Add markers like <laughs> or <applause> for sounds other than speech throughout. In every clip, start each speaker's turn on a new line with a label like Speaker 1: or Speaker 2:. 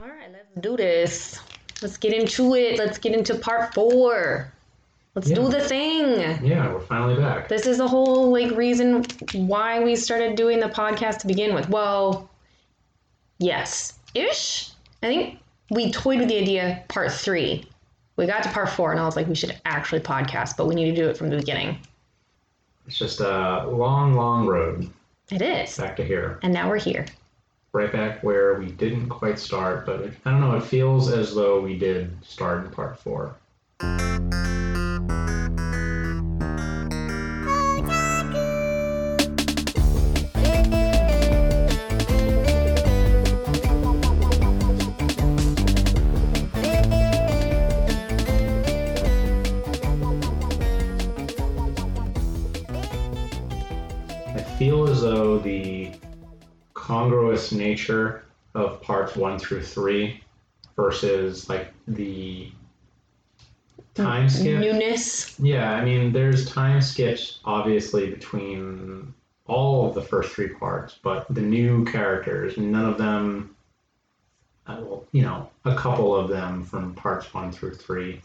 Speaker 1: All right, let's do this. Let's get into it. Let's get into part four. Let's do
Speaker 2: Yeah.
Speaker 1: the thing.
Speaker 2: Yeah, we're finally back.
Speaker 1: This is the whole like reason why we started doing the podcast to begin with. Well, yes, ish. I think we toyed with the idea part three. We got to part four, and I was like, we should actually podcast, but we need to do it from the beginning.
Speaker 2: It's just a long, long road
Speaker 1: It is,
Speaker 2: back to here.
Speaker 1: and now we're here.
Speaker 2: Right back where we didn't quite start, but it, I don't know, it feels as though we did start in part four. I feel as though the congruous nature of parts one through three versus like the time skip.
Speaker 1: Newness.
Speaker 2: yeah, I mean, there's time skips obviously between all of the first three parts, but the new characters, none of them, uh, well, you know, a couple of them from parts one through three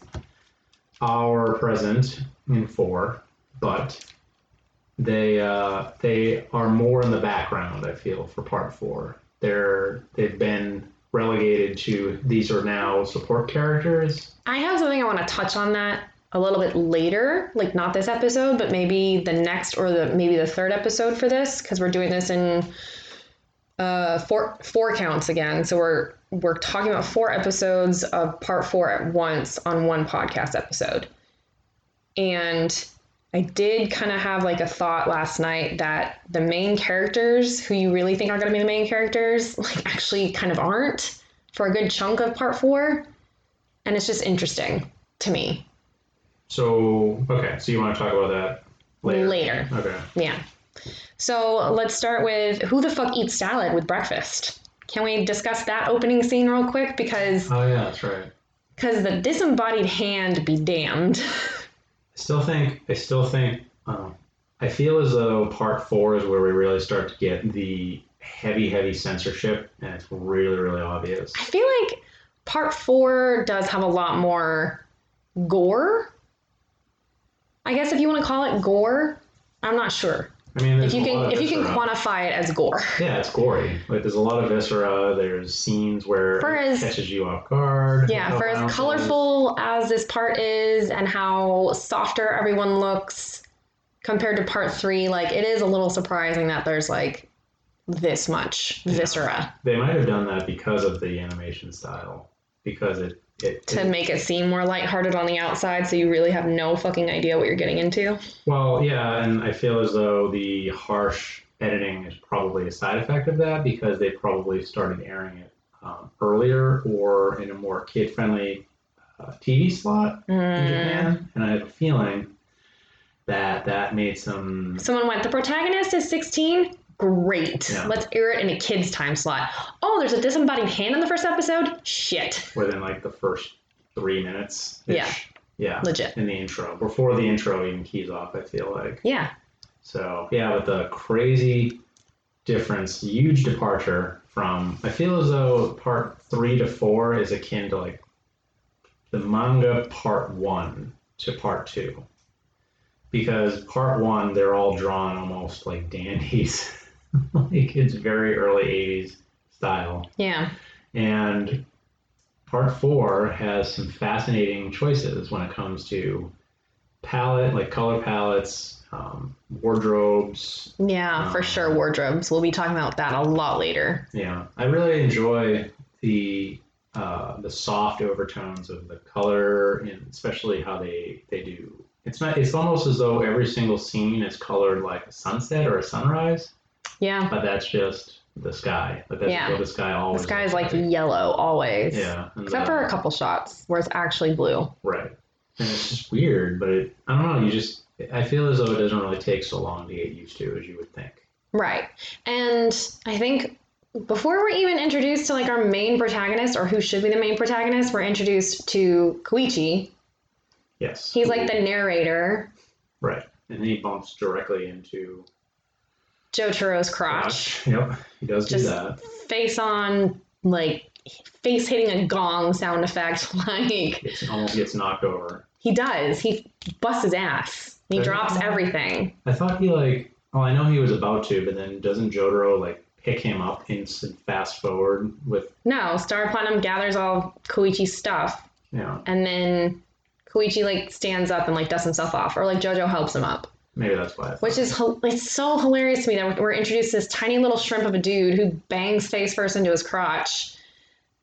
Speaker 2: are present in four, but they uh, they are more in the background. I feel for part four, they're they've been relegated to these are now support characters.
Speaker 1: I have something I want to touch on that a little bit later, like not this episode, but maybe the next or the maybe the third episode for this because we're doing this in uh, four four counts again. So we're we're talking about four episodes of part four at once on one podcast episode, and I did kind of have like a thought last night that the main characters who you really think are going to be the main characters like actually kind of aren't for a good chunk of part four and it's just interesting to me
Speaker 2: So okay, so you want to talk about that later?
Speaker 1: Later.
Speaker 2: Okay.
Speaker 1: yeah so let's start with who the fuck eats salad with breakfast can we discuss that opening scene real quick because
Speaker 2: Oh yeah, that's right.
Speaker 1: because the disembodied hand be damned <laughs>
Speaker 2: I still think I still think um, I feel as though part four is where we really start to get the heavy, heavy censorship, and it's really, really obvious.
Speaker 1: i feel like part four does have a lot more gore i guess if you want to call it gore i'm not sure
Speaker 2: I mean,
Speaker 1: if
Speaker 2: there's
Speaker 1: you
Speaker 2: a lot
Speaker 1: can
Speaker 2: of
Speaker 1: if you can
Speaker 2: viscera.
Speaker 1: quantify it as gore
Speaker 2: Yeah, it's gory. Like there's a lot of viscera. There's scenes where
Speaker 1: For
Speaker 2: it
Speaker 1: as-
Speaker 2: catches you off guard.
Speaker 1: Yeah, for as
Speaker 2: Around-
Speaker 1: colorful as this part is and how softer everyone looks compared to part three, like it is a little surprising that there's like this much viscera
Speaker 2: They might have done that because of the animation style, because it it,
Speaker 1: to
Speaker 2: it-
Speaker 1: make it seem more lighthearted on the outside, so you really have no fucking idea what you're getting into.
Speaker 2: Well, yeah, and I feel as though the harsh editing is probably a side effect of that because they probably started airing it um, earlier or in a more kid-friendly uh, TV slot in
Speaker 1: Mm.
Speaker 2: Japan, and I have a feeling that that made some.
Speaker 1: Someone went, the protagonist is 16? Great.
Speaker 2: Yeah.
Speaker 1: Let's air it in a kid's time slot. Oh, there's a disembodied hand in the first episode? Shit.
Speaker 2: within like the first three minutes. Yeah.
Speaker 1: Legit.
Speaker 2: In the intro, before the intro even keys off, I feel like.
Speaker 1: Yeah.
Speaker 2: So yeah, but the crazy difference, huge departure from. I feel as though part three to four is akin to like the manga part one to part two, because part one they're all drawn almost like <laughs> dandies, like it's very early '80s style.
Speaker 1: Yeah.
Speaker 2: And part four has some fascinating choices when it comes to palette, like color palettes, um, wardrobes.
Speaker 1: Yeah, for
Speaker 2: Um,
Speaker 1: sure. Wardrobes. We'll be talking about that a lot later.
Speaker 2: Yeah, I really enjoy the uh, the soft overtones of the color, and especially how they they do. It's not. It's almost as though every single scene is colored like a sunset or a sunrise,
Speaker 1: Yeah.
Speaker 2: but that's just the sky. But that's
Speaker 1: Yeah.
Speaker 2: what the sky
Speaker 1: The
Speaker 2: always.
Speaker 1: sky is
Speaker 2: looks
Speaker 1: like yellow always.
Speaker 2: Yeah, and
Speaker 1: Except
Speaker 2: the-
Speaker 1: for a couple shots where it's actually blue.
Speaker 2: Right. And it's just weird, but it, I don't know. You just, I feel as though it doesn't really take so long to get used to as you would think.
Speaker 1: Right. And I think before we're even introduced to like our main protagonist or who should be the main protagonist, we're introduced to Koichi.
Speaker 2: Yes.
Speaker 1: He's like the narrator,
Speaker 2: Right. And then he bumps directly into
Speaker 1: Jotaro's crotch.
Speaker 2: Yep. He does
Speaker 1: Just-
Speaker 2: do that.
Speaker 1: Face on like face hitting a gong sound effect. <laughs> Like
Speaker 2: It almost gets knocked over.
Speaker 1: he does. He busts his ass. He
Speaker 2: Does he?
Speaker 1: drops everything.
Speaker 2: I thought he like. Well, I know he was about to, but then doesn't Jotaro like pick him up and s- fast forward with
Speaker 1: No, Star Platinum gathers all Koichi's stuff,
Speaker 2: you know
Speaker 1: and then Koichi like stands up and like dusts himself off, or like JoJo helps him up.
Speaker 2: maybe that's why. I thought-
Speaker 1: Which is hil- it's so hilarious to me that we're introduced to this tiny little shrimp of a dude who bangs face first into his crotch,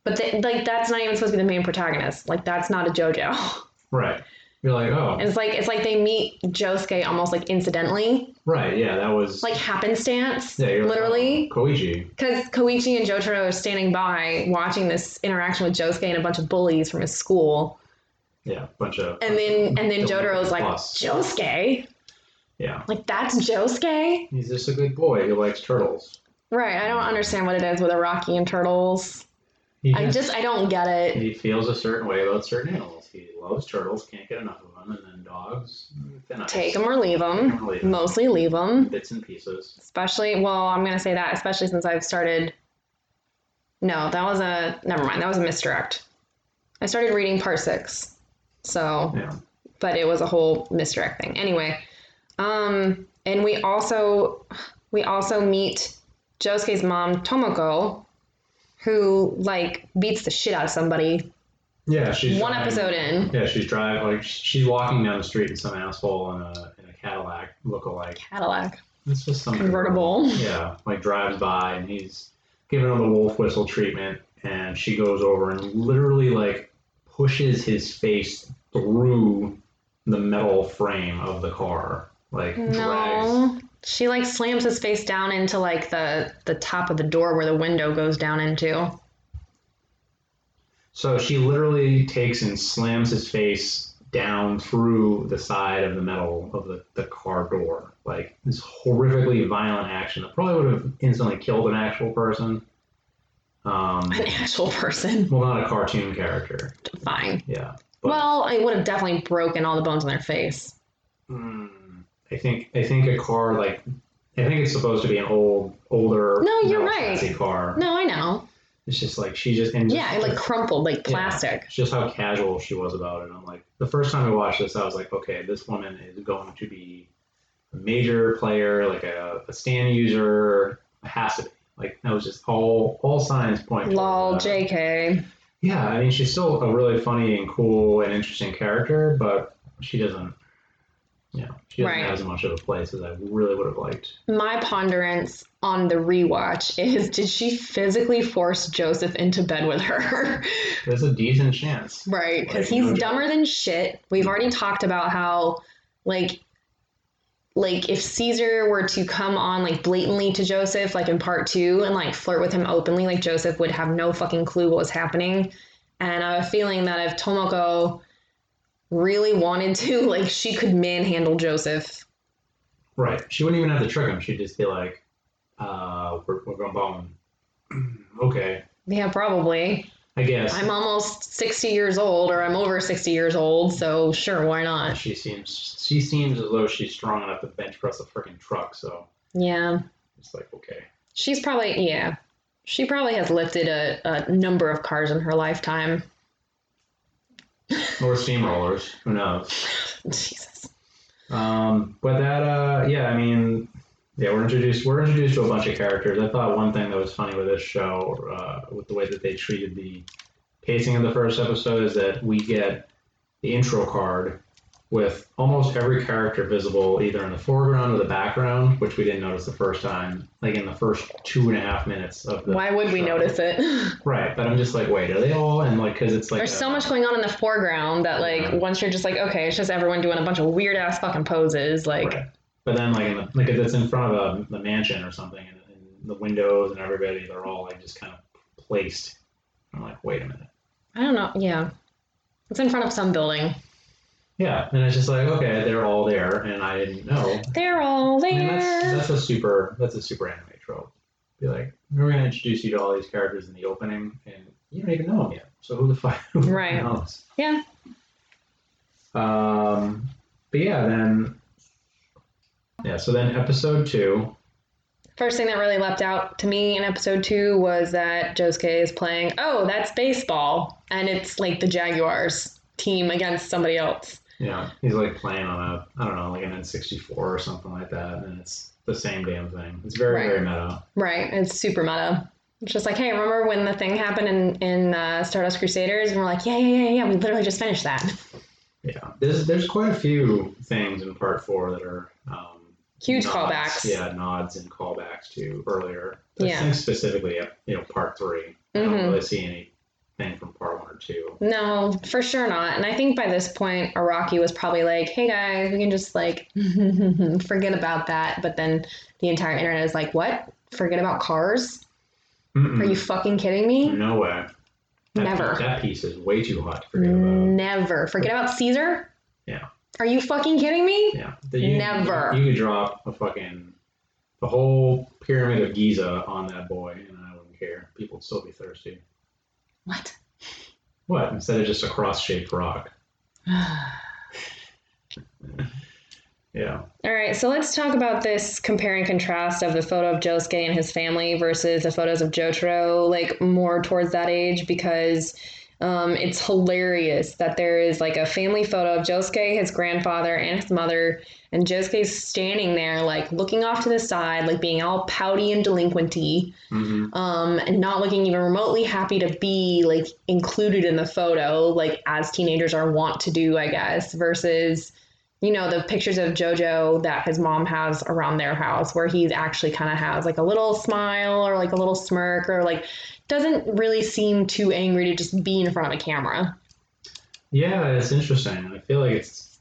Speaker 1: but th- like that's not even supposed to be the main protagonist. Like that's not a JoJo. <laughs>
Speaker 2: right. You're like, oh,
Speaker 1: And it's like it's like they meet Josuke almost like incidentally,
Speaker 2: right, yeah, that was
Speaker 1: like happenstance,
Speaker 2: yeah, you're like,
Speaker 1: literally,
Speaker 2: oh, Koichi.
Speaker 1: because Koichi and Jotaro are standing by watching this interaction with Josuke and a bunch of bullies from his school,
Speaker 2: Yeah, bunch of
Speaker 1: and then and
Speaker 2: <laughs>
Speaker 1: then Jotaro's like
Speaker 2: Plus.
Speaker 1: Josuke,
Speaker 2: yeah,
Speaker 1: like that's Josuke,
Speaker 2: he's just a good boy who likes turtles.
Speaker 1: right? I don't understand what it is with Rocky and turtles.
Speaker 2: He
Speaker 1: I just I don't get it.
Speaker 2: he feels a certain way about certain animals. He loves turtles, can't get enough of them, and then dogs, thin ice.
Speaker 1: Take them or leave
Speaker 2: Take 'em
Speaker 1: them.
Speaker 2: or leave 'em.
Speaker 1: Mostly leave them.
Speaker 2: bits and pieces.
Speaker 1: Especially well, I'm gonna say that especially since I've started. No, that was a never mind. That was a misdirect. I started reading part six, so
Speaker 2: Yeah,
Speaker 1: but it was a whole misdirect thing anyway. Um, and we also we also meet Josuke's mom Tomoko, who like beats the shit out of somebody
Speaker 2: yeah. She's
Speaker 1: one
Speaker 2: driving-
Speaker 1: episode in.
Speaker 2: Yeah, she's driving like she's walking down the street, and some asshole in a in a Cadillac look-alike.
Speaker 1: Cadillac.
Speaker 2: It's just some
Speaker 1: Convertible.
Speaker 2: Yeah, like drives by, and he's giving her the wolf whistle treatment, and she goes over and literally like pushes his face through the metal frame of the car, like drags
Speaker 1: No. She like slams his face down into like the the top of the door where the window goes down into.
Speaker 2: So she literally takes and slams his face down through the side of the metal of the, the car door. Like this horrifically violent action that probably would have instantly killed an actual person. Um,
Speaker 1: An actual person.
Speaker 2: well, not a cartoon character.
Speaker 1: Fine.
Speaker 2: Yeah. But-
Speaker 1: Well, it would have definitely broken all the bones in their face.
Speaker 2: Mm, I think I think a car like I think it's supposed to be an old older
Speaker 1: No, you're
Speaker 2: metal
Speaker 1: right.
Speaker 2: chassis car.
Speaker 1: No, I know.
Speaker 2: It's just like she just and
Speaker 1: Yeah, it like crumpled like
Speaker 2: Yeah.
Speaker 1: plastic.
Speaker 2: It's just how casual she was about it. I'm like, the first time I watched this, I was like, okay, this woman is going to be a major player, like a, a stand user, has to be. Like that was just all all signs point. uh, towards
Speaker 1: Lol,
Speaker 2: that.
Speaker 1: JK.
Speaker 2: Yeah, I mean, she's still a really funny and cool and interesting character, but she doesn't. You know, she doesn't
Speaker 1: Right.
Speaker 2: have as much of a place as I really would have liked.
Speaker 1: My ponderance on the rewatch is did she physically force Joseph into bed with her? <laughs>
Speaker 2: There's a decent chance.
Speaker 1: Right, because
Speaker 2: Like,
Speaker 1: he's
Speaker 2: no joke.
Speaker 1: dumber than shit. We've already talked about how, like, like if Caesar were to come on like blatantly to Joseph, like in part two, and like flirt with him openly, like Joseph would have no fucking clue what was happening. And I have a feeling that if Tomoko really wanted to, <laughs> like, she could manhandle Joseph.
Speaker 2: Right. She wouldn't even have to trick him. She'd just be like, uh, we're, we're going bone. <clears throat> okay.
Speaker 1: Yeah, probably.
Speaker 2: I guess.
Speaker 1: I'm almost sixty years old, or I'm over sixty years old, so sure, why not?
Speaker 2: She seems she seems as though she's strong enough to bench press a freaking truck. So
Speaker 1: Yeah.
Speaker 2: it's like okay,
Speaker 1: She's probably yeah. She probably has lifted a, a number of cars in her lifetime. <laughs>
Speaker 2: or steamrollers, who knows?
Speaker 1: Jesus.
Speaker 2: Um, but that uh, yeah, I mean, yeah, we're introduced we're introduced to a bunch of characters. I thought one thing that was funny with this show, uh, with the way that they treated the pacing of the first episode, is that we get the intro card with almost every character visible either in the foreground or the background, which we didn't notice the first time, like in the first two and a half minutes of the.
Speaker 1: Why would we
Speaker 2: show.
Speaker 1: notice
Speaker 2: <laughs>
Speaker 1: it?
Speaker 2: Right, but I'm just like, wait, are they all? And like, because it's like
Speaker 1: There's so
Speaker 2: a-
Speaker 1: much going on in the foreground that like
Speaker 2: uh, Yeah.
Speaker 1: once you're just like, okay, it's just everyone doing a bunch of weird ass fucking poses, like
Speaker 2: Right. But then, like, in the, like if it's in front of a, the mansion or something, and, and the windows and everybody, they're all like just kind of placed. I'm like, wait a minute.
Speaker 1: I don't know, yeah. It's in front of some building.
Speaker 2: Yeah, and it's just like, okay, they're all there, and I didn't know.
Speaker 1: They're all
Speaker 2: I
Speaker 1: there.
Speaker 2: mean, that's that's a super that's a super anime trope. Be like, we're gonna introduce you to all these characters in the opening, and you don't even know them yet. So who the fuck <laughs> who
Speaker 1: Right.
Speaker 2: knows?
Speaker 1: Yeah.
Speaker 2: Um, but yeah, then yeah. So then episode two.
Speaker 1: First thing that really leapt out to me in episode two was that Josuke is playing, oh, that's baseball. And it's like the Jaguars team against somebody else.
Speaker 2: Yeah, he's like playing on a I don't know like an N64 or something like that, and it's the same damn thing. It's very
Speaker 1: Right.
Speaker 2: very meta.
Speaker 1: Right. It's super meta. It's just like, hey, remember when the thing happened in, in uh, Stardust Crusaders? And we're like, yeah, yeah, yeah, yeah. We literally just finished that. <laughs>
Speaker 2: Yeah, there's there's quite a few things in part four that are um,
Speaker 1: Huge
Speaker 2: nods-
Speaker 1: callbacks.
Speaker 2: Yeah, nods and callbacks to earlier. I
Speaker 1: Yeah.
Speaker 2: think specifically uh, you know part 3 I
Speaker 1: Mhm.
Speaker 2: don't really see anything from part one or two.
Speaker 1: No, for sure not. And I think by this point, Araki was probably like, hey guys, we can just like <laughs> forget about that. But then the entire internet is like, what? Forget about cars? Are you fucking kidding me?
Speaker 2: No way. That
Speaker 1: Never. Mm.
Speaker 2: Piece, that piece is way too hot to forget about.
Speaker 1: Never. Forget about Caesar?
Speaker 2: Yeah.
Speaker 1: Are you fucking kidding me?
Speaker 2: Yeah. The- you-
Speaker 1: Never.
Speaker 2: You could drop a fucking the whole pyramid of Giza on that boy, and I wouldn't care. People would still be thirsty.
Speaker 1: What? <sighs>
Speaker 2: What? Instead of just a cross-shaped rock. Yeah.
Speaker 1: All right, so let's talk about this compare and contrast of the photo of Josuke and his family versus the photos of Jotaro, like more towards that age, because um, it's hilarious that there is like a family photo of Josuke, his grandfather, and his mother, and Josuke's standing there, like looking off to the side, like being all pouty and delinquenty,
Speaker 2: Mm-hmm.
Speaker 1: um, and not looking even remotely happy to be like included in the photo, like as teenagers are wont to do, I guess, versus you know the pictures of JoJo that his mom has around their house, where he actually kind of has like a little smile or like a little smirk or like doesn't really seem too angry to just be in front of a camera.
Speaker 2: Yeah, it's interesting. I feel like it's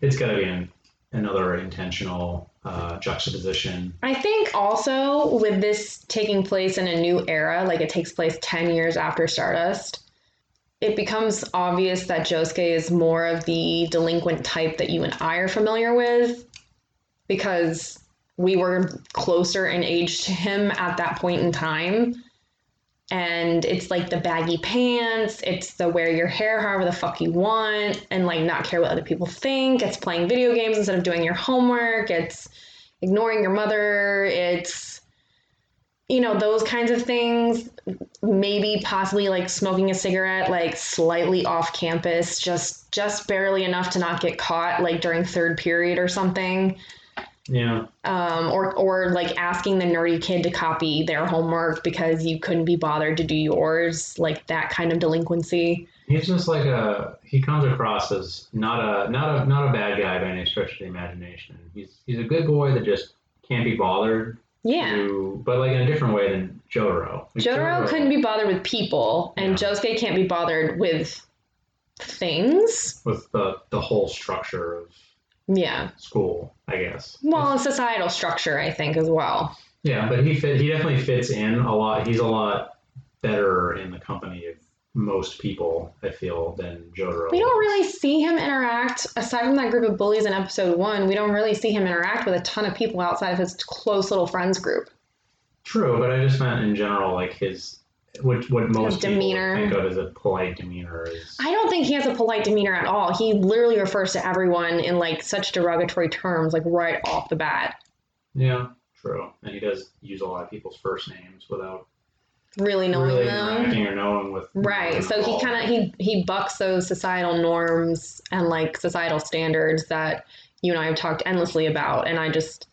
Speaker 2: it's got to be an, another intentional uh, juxtaposition.
Speaker 1: I think also with this taking place in a new era, like it takes place 10 years after Stardust, it becomes obvious that Josuke is more of the delinquent type that you and I are familiar with because we were closer in age to him at that point in time. And it's like the baggy pants, it's the wear your hair however the fuck you want, and like not care what other people think. It's playing video games instead of doing your homework. It's ignoring your mother. It's, you know, those kinds of things. Maybe possibly like smoking a cigarette, like slightly off campus, just just barely enough to not get caught, like during third period or something.
Speaker 2: Yeah.
Speaker 1: Um, or or like asking the nerdy kid to copy their homework because you couldn't be bothered to do yours, like that kind of delinquency.
Speaker 2: He's just like a he comes across as not a not a not a bad guy by any stretch of the imagination. He's he's a good boy that just can't be bothered
Speaker 1: Yeah.
Speaker 2: to, but like in a different way than Jotaro. Like
Speaker 1: Jotaro couldn't be bothered with people, and
Speaker 2: Yeah.
Speaker 1: Josuke can't be bothered with things.
Speaker 2: with the the whole structure of
Speaker 1: Yeah.
Speaker 2: school, I guess.
Speaker 1: Well, and societal structure, I think, as well.
Speaker 2: yeah, but he fit, he definitely fits in a lot. He's a lot better in the company of most people, I feel, than Jotaro.
Speaker 1: We don't really see him interact, aside from that group of bullies in episode one, we don't really see him interact with a ton of people outside of his close little friends group.
Speaker 2: True, but I just meant in general, like his what what most people
Speaker 1: demeanor.
Speaker 2: think of as a polite demeanor is.
Speaker 1: I don't think he has a polite demeanor at all. He literally refers to everyone in like such derogatory terms, like right off the bat.
Speaker 2: yeah, true, and he does use a lot of people's first names without
Speaker 1: Really knowing
Speaker 2: really
Speaker 1: them.
Speaker 2: interacting or knowing with.
Speaker 1: Right. So he kind of he he bucks those societal norms and like societal standards that you and I have talked endlessly about, and I just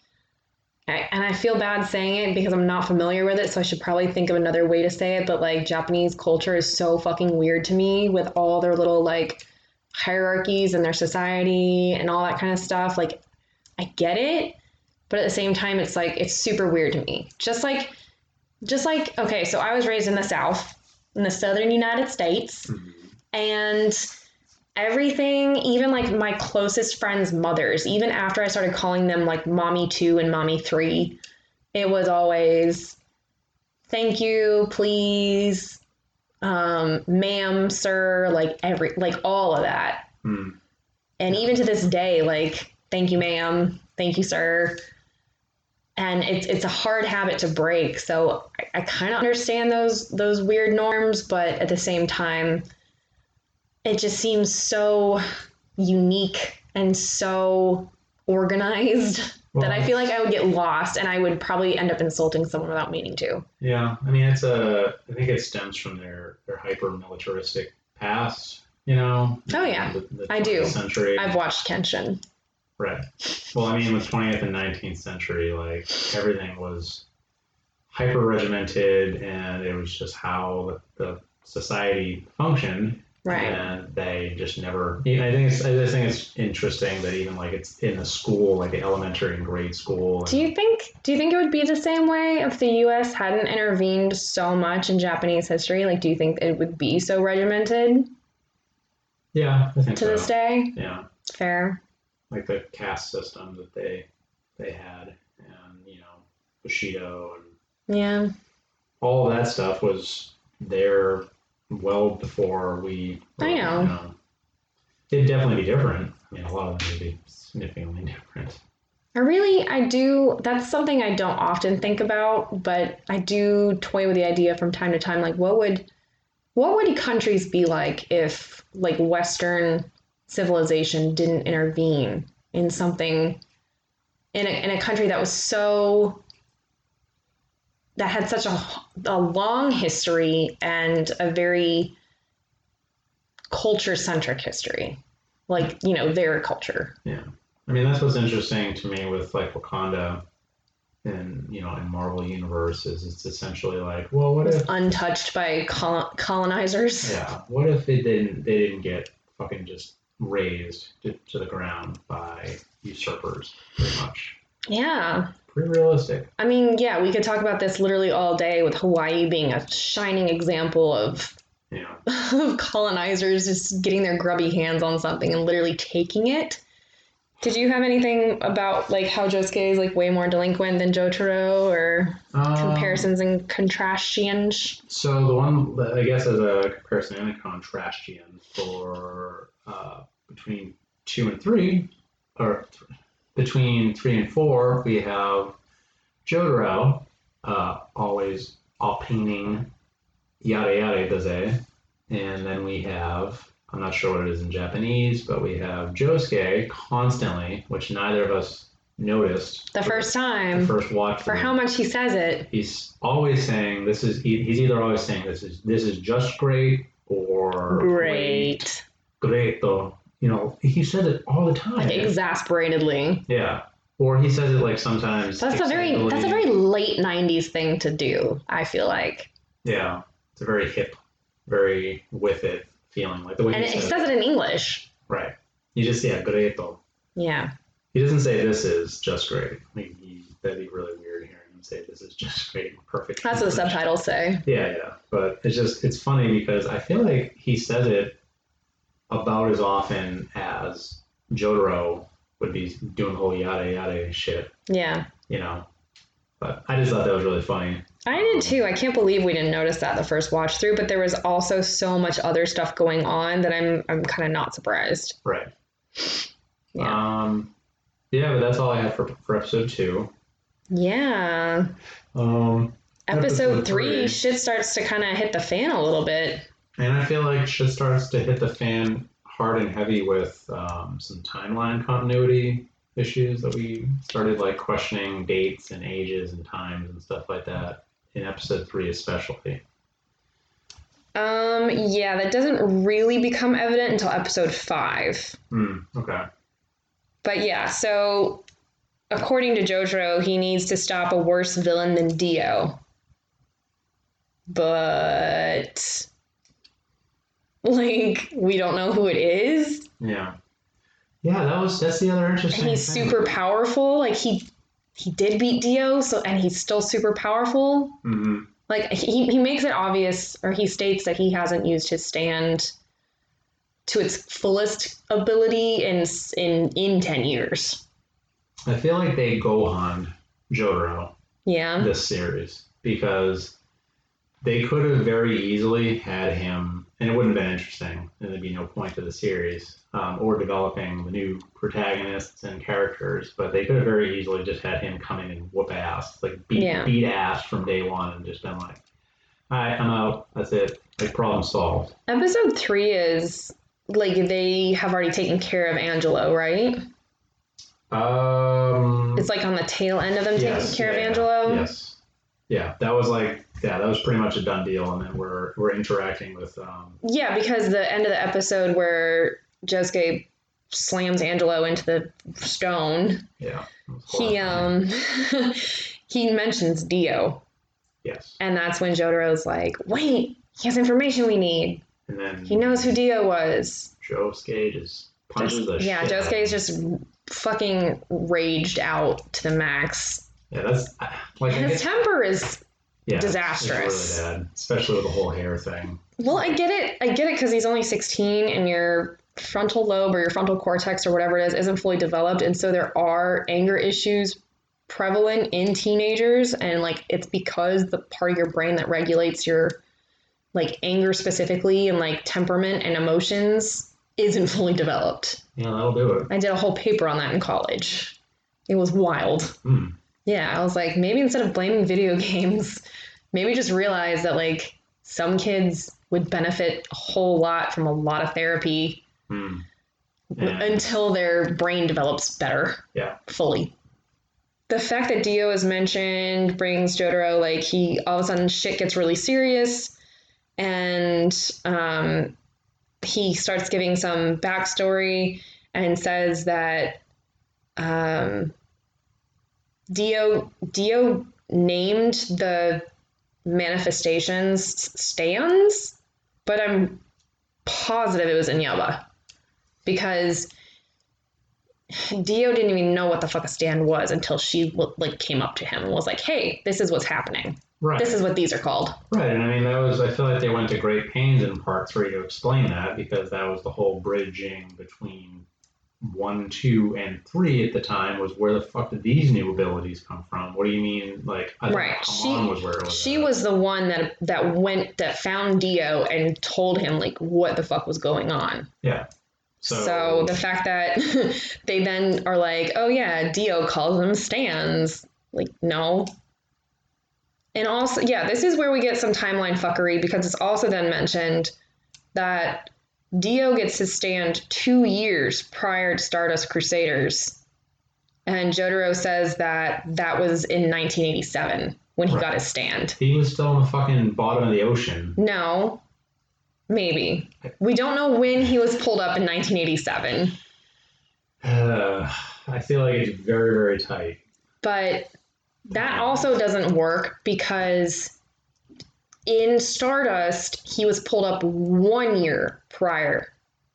Speaker 1: I, and I feel bad saying it because I'm not familiar with it, so I should probably think of another way to say it. But like Japanese culture is so fucking weird to me with all their little like hierarchies and their society and all that kind of stuff. Like I get it, but at the same time, it's like it's super weird to me. Just like just like okay, so I was raised in the South in the southern United States.
Speaker 2: Mm-hmm.
Speaker 1: And everything, even like my closest friends' mothers, even after I started calling them like mommy two and mommy three, it was always thank you, please, um, ma'am, sir, like every, like all of that.
Speaker 2: Mm-hmm.
Speaker 1: And even to this day, like thank you, ma'am, thank you, sir. And it's it's a hard habit to break. So I, I kind of understand those those weird norms, but at the same time, it just seems so unique and so organized <laughs>
Speaker 2: Well,
Speaker 1: that I feel like I would get lost and I would probably end up insulting someone without meaning to.
Speaker 2: Yeah, I mean, it's a. I think it stems from their their hyper militaristic past. You know.
Speaker 1: Oh, yeah.
Speaker 2: The- the
Speaker 1: I do.
Speaker 2: 20th Century.
Speaker 1: I've watched Kenshin.
Speaker 2: Right. Well, I mean, with 20th and 19th century, like everything was hyper regimented, and it was just how the, the society functioned.
Speaker 1: Right.
Speaker 2: And they just never. You know, I think it's. I just think it's interesting that even like it's in the school, like the elementary and grade school.
Speaker 1: Do you think do you think it would be the same way if the US hadn't intervened so much in Japanese history? Like do you think it would be so regimented
Speaker 2: yeah, I think
Speaker 1: to
Speaker 2: so.
Speaker 1: this day?
Speaker 2: Yeah,
Speaker 1: Fair.
Speaker 2: like the caste system that they they had, and you know, Bushido and
Speaker 1: Yeah.
Speaker 2: all that stuff was there well before we.
Speaker 1: I know.
Speaker 2: you It'd definitely be different. I mean, a lot of them would be significantly <laughs> different.
Speaker 1: I really I do that's something I don't often think about, but I do toy with the idea from time to time like what would what would countries be like if like western civilization didn't intervene in something in a, in a country that was so that had such a, a long history and a very culture centric history like you know their culture
Speaker 2: I mean, that's what's interesting to me with like Wakanda, and you know, in Marvel Universe is it's essentially like, well, what
Speaker 1: was
Speaker 2: if?
Speaker 1: untouched by col- colonizers.
Speaker 2: Yeah, what if they didn't? They didn't get fucking just razed to, to the ground by usurpers, pretty much.
Speaker 1: Yeah.
Speaker 2: Pretty realistic.
Speaker 1: I mean, yeah, we could talk about this literally all day with Hawaii being a shining example of, <laughs>
Speaker 2: Yeah.
Speaker 1: of colonizers just getting their grubby hands on something and literally taking it. Did you have anything about like how Josuke is like way more delinquent than Jotaro or
Speaker 2: Um,
Speaker 1: comparisons and contrastions?
Speaker 2: So the one that I guess as a comparison and a contrastian for uh, between two and three, or th- between three and four, we have Jotaro, uh, always all painting, yada yada does and then we have I'm not sure what it is in Japanese, but we have Josuke constantly, which neither of us noticed
Speaker 1: The first
Speaker 2: the
Speaker 1: time,
Speaker 2: first watch
Speaker 1: for
Speaker 2: through
Speaker 1: how much he says it,
Speaker 2: he's always saying this is he- he's either always saying this is this is just great or
Speaker 1: great,
Speaker 2: great though you know he says it all the time
Speaker 1: like exasperatedly.
Speaker 2: yeah or he says it like sometimes
Speaker 1: That's a very
Speaker 2: excitedly.
Speaker 1: that's a very late '90s thing to do. I feel like,
Speaker 2: yeah it's a very hip very with it feeling like the way
Speaker 1: and
Speaker 2: he
Speaker 1: it, it
Speaker 2: says
Speaker 1: says it in English.
Speaker 2: right you just yeah great though
Speaker 1: Yeah,
Speaker 2: he doesn't say this is just great like he, that'd be really weird hearing him say this is just great perfect
Speaker 1: that's what the
Speaker 2: English.
Speaker 1: subtitles say.
Speaker 2: Yeah, yeah. But it's just it's funny because I feel like he says it about as often as Jotaro would be doing the whole yada yada shit,
Speaker 1: Yeah,
Speaker 2: you know. But I just thought that was really funny.
Speaker 1: I did too. I can't believe we didn't notice that the first watch through. But there was also so much other stuff going on that I'm I'm kind of not surprised.
Speaker 2: Right.
Speaker 1: Yeah.
Speaker 2: Um yeah, but that's all I had for, for episode two.
Speaker 1: Yeah,
Speaker 2: Um
Speaker 1: episode
Speaker 2: Episode
Speaker 1: three,
Speaker 2: three.
Speaker 1: shit starts to kind of hit the fan a little bit.
Speaker 2: and I feel like shit starts to hit the fan hard and heavy with um, some timeline continuity issues that we started like questioning dates and ages and times and stuff like that in episode three especially.
Speaker 1: Um, yeah, that doesn't really become evident until episode five.
Speaker 2: Hmm. Okay.
Speaker 1: But yeah, so according to Jotaro, he needs to stop a worse villain than Dio. But like we don't know who it is.
Speaker 2: Yeah. Yeah, that was that's the other interesting.
Speaker 1: And he's
Speaker 2: thing.
Speaker 1: super powerful. Like he he did beat Dio, so and he's still super powerful.
Speaker 2: Mhm.
Speaker 1: Like he he makes it obvious or he states that he hasn't used his stand to its fullest ability in s- in in 10 years.
Speaker 2: I feel like they Gohan Jotaro
Speaker 1: Yeah.
Speaker 2: this series because they could have very easily had him, and it wouldn't have been interesting, and there'd be no point to the series um, or developing the new protagonists and characters. But they could have very easily just had him come in and whoop ass, like beat
Speaker 1: Yeah.
Speaker 2: beat ass from day one, and just been like, "All right, I'm out. That's it. Like problem solved."
Speaker 1: Episode three is like they have already taken care of Angelo, right?
Speaker 2: Um,
Speaker 1: It's like on the tail end of them
Speaker 2: yes,
Speaker 1: taking care
Speaker 2: yeah,
Speaker 1: of Angelo.
Speaker 2: Yes. Yeah, that was like yeah, that was pretty much a done deal, and then we're we're interacting with um,
Speaker 1: Yeah, because the end of the episode where Josuke slams Angelo into the stone,
Speaker 2: yeah. it was
Speaker 1: he
Speaker 2: horrifying.
Speaker 1: um <laughs> he mentions Dio,
Speaker 2: yes,
Speaker 1: and that's when Jotaro's like, "Wait, he has information we need.
Speaker 2: and then
Speaker 1: He knows who Dio was."
Speaker 2: Josuke just punches
Speaker 1: Just-
Speaker 2: the
Speaker 1: yeah,
Speaker 2: shit out of
Speaker 1: Josuke is
Speaker 2: him.
Speaker 1: just fucking raged out to the max.
Speaker 2: yeah. That's like I
Speaker 1: His
Speaker 2: guess,
Speaker 1: temper is
Speaker 2: yeah, it's-
Speaker 1: disastrous.
Speaker 2: It's really bad, especially with the whole hair thing.
Speaker 1: Well, I get it. I get it because he's only 16 and your frontal lobe or your frontal cortex or whatever it is isn't fully developed. And so there are anger issues prevalent in teenagers. And like it's because the part of your brain that regulates your like anger specifically and like temperament and emotions isn't <laughs> fully developed.
Speaker 2: Yeah, that'll do it.
Speaker 1: I did a whole paper on that in college. It was wild.
Speaker 2: Hmm.
Speaker 1: Yeah, I was like, maybe instead of blaming video <laughs> games, maybe just realize that like some kids would benefit a whole lot from a lot of therapy
Speaker 2: Hmm.
Speaker 1: w-
Speaker 2: And-
Speaker 1: until their brain develops better.
Speaker 2: Yeah.
Speaker 1: Fully. The fact that Dio is mentioned brings Jotaro like he all of a sudden shit gets really serious and um, he starts giving some backstory and says that um, Dio Dio named the manifestations stands, but I'm positive it was Inyaba because Dio didn't even know what the fuck a stand was until she w- like came up to him and was like, "Hey, this is what's happening.
Speaker 2: right.
Speaker 1: This is what these are called."
Speaker 2: Right, and I mean that was I feel like they went to great pains in part three to explain that because that was the whole bridging between one, two, and three at the time was where the fuck did these new abilities come from? What do you mean like I thought
Speaker 1: Right,
Speaker 2: Hamon
Speaker 1: she-
Speaker 2: was where it was
Speaker 1: She
Speaker 2: at.
Speaker 1: was the one that that went that found Dio and told him like what the fuck was going on. So, the fact that <laughs> they then are like, oh yeah, Dio calls them stands. Like, no. And also, yeah, this is where we get some timeline fuckery because it's also then mentioned that Dio gets his stand two years prior to Stardust Crusaders. And Jotaro says that that was in 1987 when he
Speaker 2: Right.
Speaker 1: got his stand.
Speaker 2: he was still in the fucking bottom of the ocean.
Speaker 1: No, maybe. We don't know when he was pulled up in 1987.
Speaker 2: Uh, I feel like it's very, very tight.
Speaker 1: but that also doesn't work because in Stardust, he was pulled up one year prior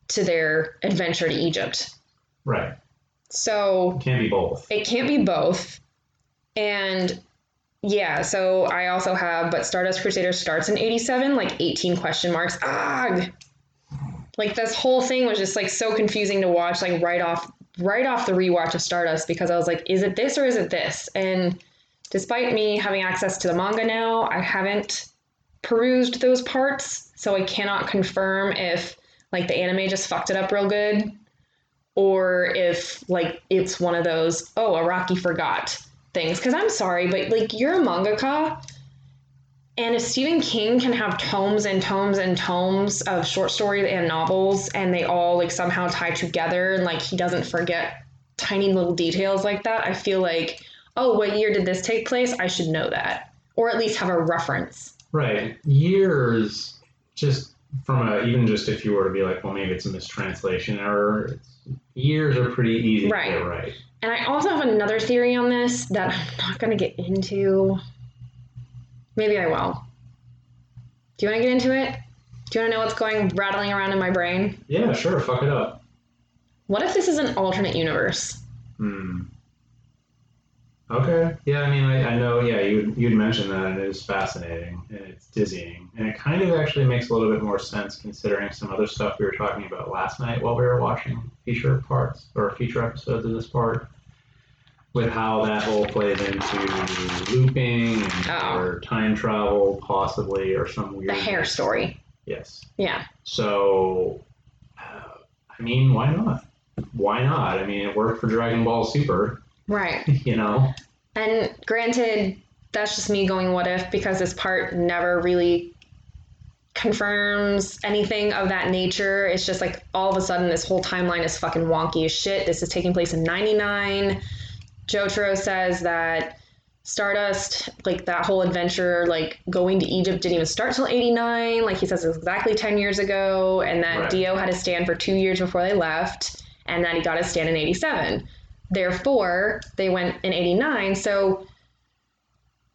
Speaker 1: to their adventure to Egypt.
Speaker 2: Right.
Speaker 1: So
Speaker 2: Can't be both.
Speaker 1: it can't be both. And yeah, so I also have, but Stardust Crusader starts in 87, like 18 question marks. Ugh. Like this whole thing was just like so confusing to watch, like right off right off the rewatch of Stardust because I was like, is it this or is it this? And despite me having access to the manga now, I haven't perused those parts, so I cannot confirm if like the anime just fucked it up real good or if like it's one of those oh Araki forgot things because I'm sorry but like you're a mangaka and if Stephen King can have tomes and tomes and tomes of short stories and novels and they all like somehow tie together and like he doesn't forget tiny little details like that I feel like oh what year did this take place I should know that or at least have a reference
Speaker 2: Right. Years, just from a, even just if you were to be like, well, maybe it's a mistranslation error, it's, years are pretty easy
Speaker 1: Right.
Speaker 2: to get right.
Speaker 1: And I also have another theory on this that I'm not going to get into. Maybe I will. Do you want to get into it? Do you want to know what's going rattling around in my brain?
Speaker 2: Yeah, sure, fuck it up.
Speaker 1: What if this is an alternate universe?
Speaker 2: Hmm. Okay. Yeah, I mean, I, I know. Yeah, you you'd mentioned that, and it is fascinating, and it's dizzying, and it kind of actually makes a little bit more sense considering some other stuff we were talking about last night while we were watching future parts or future episodes of this part, with how that whole plays into looping and,
Speaker 1: Oh.
Speaker 2: or time travel, possibly, or some weird
Speaker 1: The hair story.
Speaker 2: Yes.
Speaker 1: Yeah.
Speaker 2: So, uh, I mean, why not? Why not? I mean, it worked for Dragon Ball Super,
Speaker 1: Right.
Speaker 2: <laughs> you know?
Speaker 1: And granted, that's just me going what if because this part never really confirms anything of that nature. It's just like all of a sudden this whole timeline is fucking wonky as shit. This is taking place in 99. Jotaro says that Stardust, like that whole adventure, like going to Egypt didn't even start till 89. Like he says it was exactly 10 years ago, and that
Speaker 2: Right.
Speaker 1: Dio had a stand for two years before they left, and that he got his stand in 87. Therefore, they went in 89. So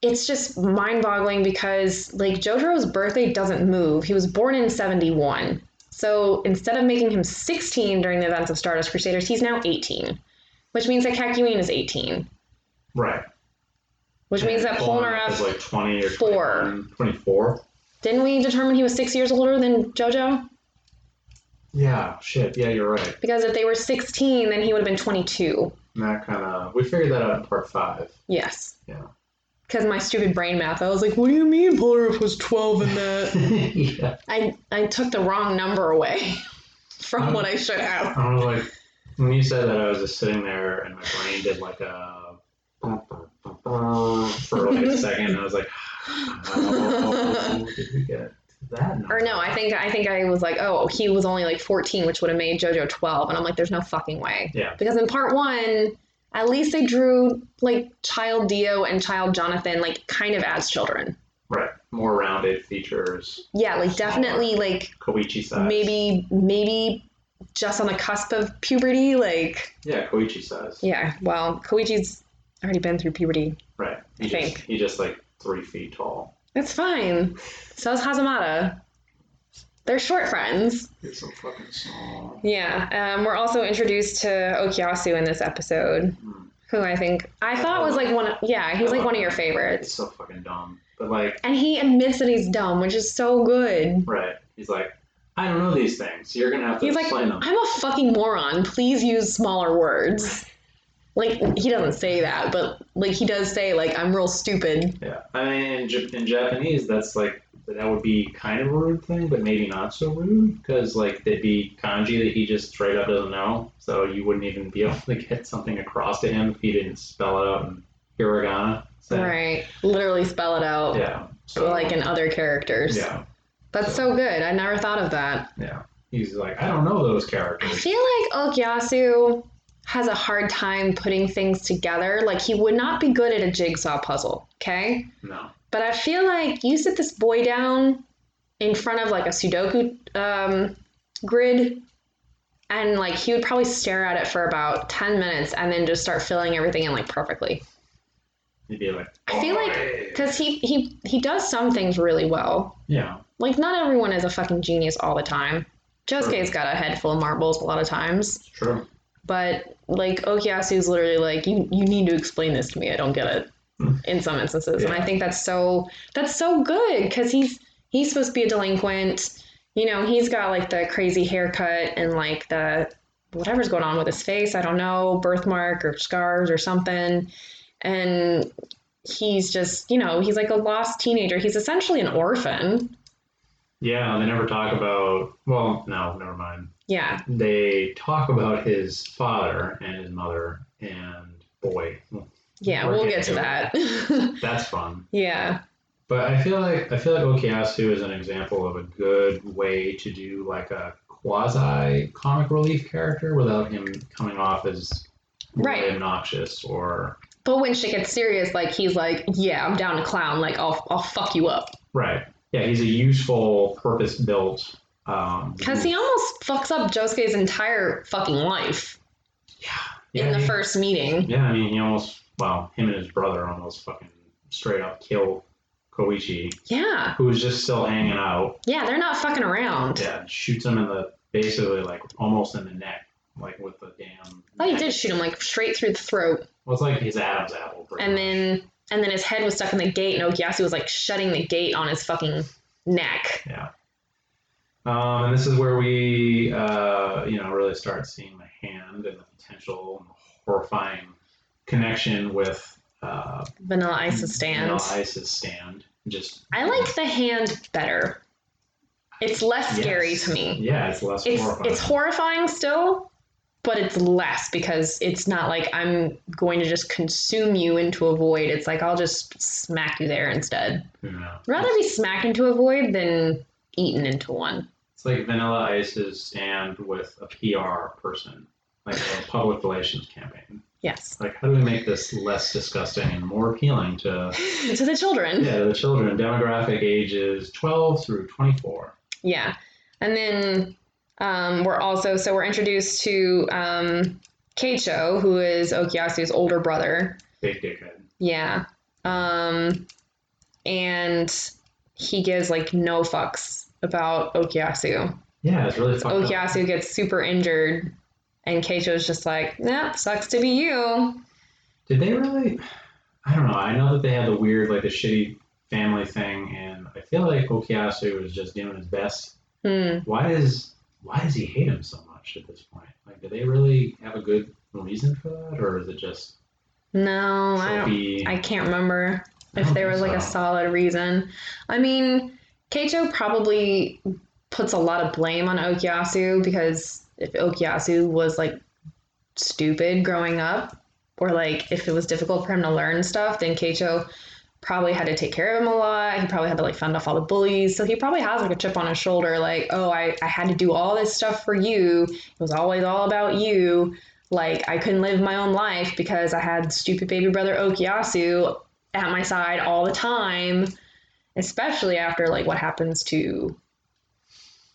Speaker 1: it's just mind boggling because like Jotaro's birthday doesn't move. He was born in 71. So instead of making him 16 during the events of Stardust Crusaders, he's now 18, which means that Kakyoin is 18,
Speaker 2: Right.
Speaker 1: which means that
Speaker 2: is
Speaker 1: Polnareff,
Speaker 2: like 20 or
Speaker 1: four.
Speaker 2: 21, 24.
Speaker 1: didn't we determine he was six years older than JoJo?
Speaker 2: Yeah, shit. Yeah, you're right.
Speaker 1: Because if they were 16, then he would have been 22.
Speaker 2: And that kind of, we figured that out in part five.
Speaker 1: Yes.
Speaker 2: Yeah.
Speaker 1: Because my stupid brain math, I was like, what do you mean Polnareff was 12 in that?
Speaker 2: <laughs> yeah.
Speaker 1: I, I took the wrong number away <laughs> from
Speaker 2: Um,
Speaker 1: what I should
Speaker 2: <laughs>
Speaker 1: have.
Speaker 2: I was like, when you said that, I was just sitting there and my brain did like a for like
Speaker 1: <laughs>
Speaker 2: a second. And I was like, oh, did we get to that? Number?
Speaker 1: Or no, I think I think I was like, oh, he was only like 14, which would have made JoJo 12, and I'm like, there's no fucking way.
Speaker 2: Yeah.
Speaker 1: Because in part one, at least they drew like child Dio and child Jonathan like kind of as children.
Speaker 2: Right. More rounded features.
Speaker 1: Yeah, like definitely like
Speaker 2: Koichi size.
Speaker 1: maybe maybe just on the cusp of puberty. Like
Speaker 2: Yeah, Koichi size.
Speaker 1: yeah, well, Koichi's already been through puberty.
Speaker 2: Right. He
Speaker 1: I
Speaker 2: just,
Speaker 1: think.
Speaker 2: He just like three feet tall.
Speaker 1: That's fine. So's Hazamata. They're short friends.
Speaker 2: He's so fucking small.
Speaker 1: Yeah, um, we're also introduced to Okuyasu in this episode,
Speaker 2: Hmm.
Speaker 1: who I think I thought was like one. Of, yeah, he's like one of your
Speaker 2: He's
Speaker 1: favorites,
Speaker 2: so fucking dumb. But like,
Speaker 1: and he admits that he's dumb, which is so good.
Speaker 2: right. He's like, I don't know these things. You're gonna have to
Speaker 1: He's like,
Speaker 2: explain them.
Speaker 1: I'm a fucking moron. Please use smaller words. Like he doesn't say that, but like he does say like I'm real stupid.
Speaker 2: Yeah, I mean, in, J- in Japanese, that's like that would be kind of a rude thing, but maybe not so rude because like there'd be kanji that he just straight up doesn't know, so you wouldn't even be able to get something across to him if he didn't spell it out in hiragana. So,
Speaker 1: Right. Literally spell it out
Speaker 2: Yeah. So
Speaker 1: like in other characters.
Speaker 2: yeah,
Speaker 1: That's so good. I never thought of that.
Speaker 2: yeah. He's like, I don't know those
Speaker 1: I
Speaker 2: characters.
Speaker 1: feel like Okyasu has a hard time putting things together. Like he would not be good at a jigsaw puzzle, okay?
Speaker 2: No.
Speaker 1: But I feel like you sit this boy down in front of like a Sudoku um, grid, and like he would probably stare at it for about ten minutes and then just start filling everything in like perfectly.
Speaker 2: He'd be like,
Speaker 1: I feel like-
Speaker 2: "Oi."
Speaker 1: Because he he he does some things really well.
Speaker 2: yeah,
Speaker 1: Like not everyone is a fucking genius all the time. Josuke's got a head full of marbles a lot of times.
Speaker 2: it's true.
Speaker 1: but like Okuyasu is literally like you you need to explain this to me I don't get it
Speaker 2: Hmm.
Speaker 1: in some instances and I
Speaker 2: Yeah.
Speaker 1: think that's so that's so good because he's he's supposed to be a delinquent you know he's got like the crazy haircut and like the whatever's going on with his face I don't know birthmark or scars or something and he's just you know he's like a lost teenager he's essentially an orphan
Speaker 2: Yeah, they never talk about. Well, no, never mind.
Speaker 1: yeah
Speaker 2: they talk about his father and his mother and boy
Speaker 1: yeah
Speaker 2: We're
Speaker 1: we'll get to
Speaker 2: getting
Speaker 1: that <laughs>
Speaker 2: that's fun
Speaker 1: yeah
Speaker 2: but i feel like i feel like okiasu is an example of a good way to do like a quasi comic relief character without him coming off as really
Speaker 1: Right.
Speaker 2: obnoxious or
Speaker 1: But when shit gets serious, like he's like, "Yeah, I'm down to clown. Like I'll I'll fuck you up."
Speaker 2: right yeah he's a useful purpose built um
Speaker 1: Because he almost fucks up Josuke's entire fucking life
Speaker 2: yeah,
Speaker 1: in the
Speaker 2: he-
Speaker 1: first meeting.
Speaker 2: yeah i mean he almost well him and his brother almost fucking straight up kill koichi
Speaker 1: Yeah,
Speaker 2: who was just still hanging out
Speaker 1: yeah, they're not fucking around.
Speaker 2: Yeah, and shoots him in the basically like almost in the neck, like with the damn.
Speaker 1: Oh, he did shoot him like straight through the throat,
Speaker 2: Well, it's like his Adam's apple. pretty
Speaker 1: and
Speaker 2: much.
Speaker 1: then and then his head was stuck in the gate, and Okuyasu was like shutting the gate on his fucking neck.
Speaker 2: um, and this is where we, uh, you know, really start seeing the hand and the potential and the horrifying connection with uh,
Speaker 1: Vanilla Ice's
Speaker 2: you know,
Speaker 1: stand.
Speaker 2: ISIS stand. Just
Speaker 1: I like the hand better. It's less scary
Speaker 2: Yes.
Speaker 1: to me.
Speaker 2: Yeah, it's less
Speaker 1: it's
Speaker 2: horrifying.
Speaker 1: it's horrifying still but it's less because it's not like i'm going to just consume you into a void it's like i'll just smack you there instead
Speaker 2: Yeah.
Speaker 1: I'd rather be smacked into a void than eaten into one.
Speaker 2: It's like Vanilla Ice's stand with a PR person, like a public relations campaign.
Speaker 1: Yes. <laughs>
Speaker 2: Like, how do we make this less disgusting and more appealing to
Speaker 1: to the children.
Speaker 2: yeah to the children? Demographic ages 12 through 24.
Speaker 1: Yeah. And then um, we're also, so we're introduced to um, Keicho, who is Okiyasu's older brother.
Speaker 2: Big dickhead.
Speaker 1: Yeah. Um, and he gives like no fucks about Okiyasu.
Speaker 2: Yeah, it's really fucked up.
Speaker 1: Okiyasu gets super injured, and Keicho's just like, nah, sucks to be you.
Speaker 2: Did they really? I don't know. I know that they had the weird, like the shitty family thing, and I feel like Okiyasu was just doing his best.
Speaker 1: Hmm.
Speaker 2: Why does why does he hate him so much at this point? Like, do they really have a good reason for that, or is it just
Speaker 1: No, I don't.
Speaker 2: trophy?
Speaker 1: I can't remember
Speaker 2: I
Speaker 1: if
Speaker 2: don't
Speaker 1: there
Speaker 2: think
Speaker 1: was like a
Speaker 2: so.
Speaker 1: solid reason. I mean, Keicho probably puts a lot of blame on Okiyasu because if Okiyasu was like stupid growing up, or like if it was difficult for him to learn stuff, then Keicho probably had to take care of him a lot. He probably had to like fend off all the bullies. So he probably has like a chip on his shoulder, like, oh, I, I had to do all this stuff for you. It was always all about you. Like I couldn't live my own life because I had stupid baby brother Okiyasu at my side all the time, especially after like what happens to